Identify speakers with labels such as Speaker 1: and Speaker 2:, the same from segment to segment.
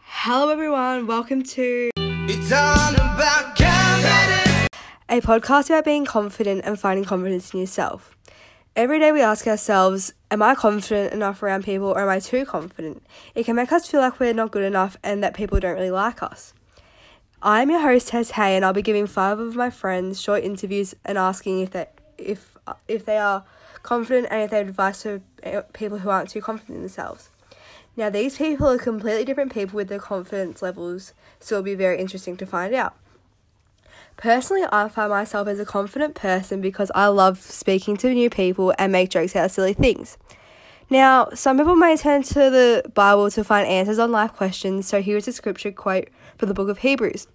Speaker 1: Hello, everyone. Welcome to
Speaker 2: It's all about confidence.
Speaker 1: a podcast about being confident and finding confidence in yourself. Every day we ask ourselves, Am I confident enough around people or am I too confident? It can make us feel like we're not good enough and that people don't really like us. I'm your host, Tess Hay, and I'll be giving five of my friends short interviews and asking if they, if, if they are confident and if they have advice for uh, people who aren't too confident in themselves. Now, these people are completely different people with their confidence levels, so it'll be very interesting to find out. Personally, I find myself as a confident person because I love speaking to new people and make jokes out of silly things. Now, some people may turn to the Bible to find answers on life questions, so here is a scripture quote from the book of Hebrews.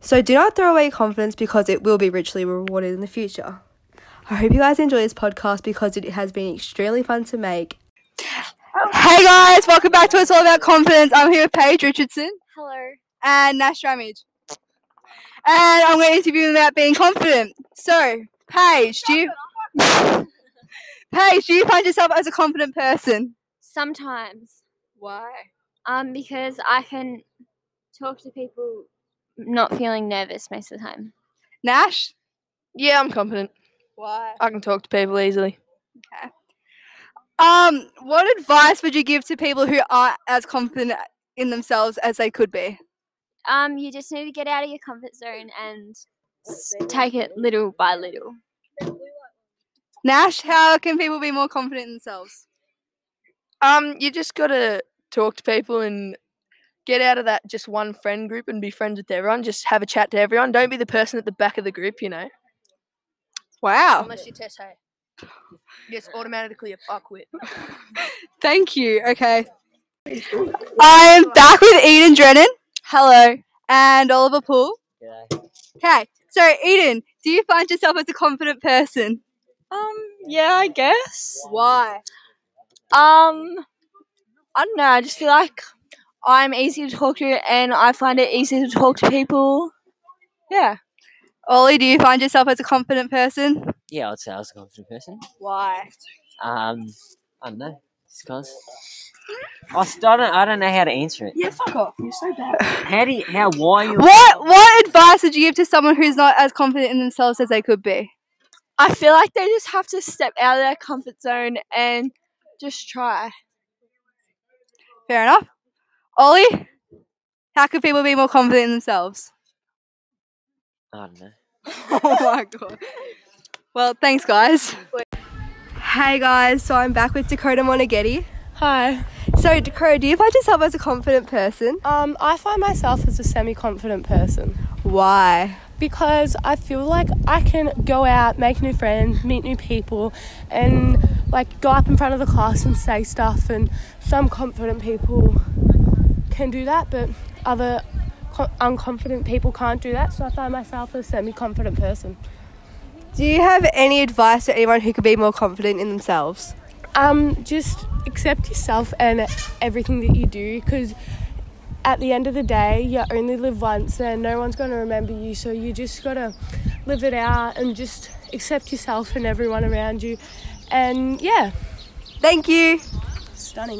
Speaker 1: So do not throw away confidence because it will be richly rewarded in the future. I hope you guys enjoy this podcast because it has been extremely fun to make. Hey guys, welcome back to It's All About Confidence. I'm here with Paige Richardson
Speaker 3: Hello.
Speaker 1: and Nash Ramage. And I'm going to interview them about being confident. So, Paige, do you, Paige, do you find yourself as a confident person?
Speaker 3: Sometimes,
Speaker 1: Why?
Speaker 3: um, because I can talk to people not feeling nervous most of the time.
Speaker 1: Nash?
Speaker 4: Yeah, I'm confident.
Speaker 1: Why?
Speaker 4: I can talk to people easily.
Speaker 1: Um, what advice would you give to people who aren't as confident in themselves as they could be?
Speaker 3: Um, you just need to get out of your comfort zone and s- take it little by little.
Speaker 1: Nash, how can people be more confident in themselves?
Speaker 4: Um, you just gotta talk to people and get out of that just one friend group and be friends with everyone. Just have a chat to everyone. Don't be the person at the back of the group, you know.
Speaker 1: Wow.
Speaker 4: you're Tess Hay. Yes, automatically a fuckwit.
Speaker 1: Thank you. Okay. I'm back with Eden Drennan. Hello. And Oliver Poole. Okay. So, Eden, do you find yourself as a confident person?
Speaker 5: Um, yeah, I guess.
Speaker 1: Why?
Speaker 5: Um, I don't know. I just feel like I'm easy to talk to, and I find it easy to talk to people. Yeah.
Speaker 1: Ollie, do you find yourself as a confident person?
Speaker 6: Yeah, I'd say I was a confident person.
Speaker 1: Why?
Speaker 6: Um, I don't know. Just cause. I s- I don't, I don't know how to answer it.
Speaker 5: Yeah, fuck off. You're so bad.
Speaker 6: How do you, how, why are you?
Speaker 1: What What advice would you give to someone who's not as confident in themselves as they could be?
Speaker 5: I feel like they just have to step out of their comfort zone and just try.
Speaker 1: Fair enough. Ollie, how can people be more confident in themselves?
Speaker 6: I don't know.
Speaker 1: oh my god. Well, thanks, guys. Hey guys, so I'm back with Dakota Monaghetti.
Speaker 7: Hi.
Speaker 1: So Dakota, do you find yourself as a confident person?
Speaker 7: Um, I find myself as a semi-confident person
Speaker 1: Why?
Speaker 7: because I feel like I can go out, make new friends, meet new people, and like go up in front of the class and say stuff. And some confident people can do that, but other co- unconfident people can't do that. So I find myself a semi-confident person.
Speaker 1: Do you have any advice to anyone who could be more confident in themselves?
Speaker 7: Um, just accept yourself and everything that you do because at the end of the day, you only live once and no one's going to remember you. So you just got to live it out and just accept yourself and everyone around you. And yeah,
Speaker 1: Thank you.
Speaker 7: stunning.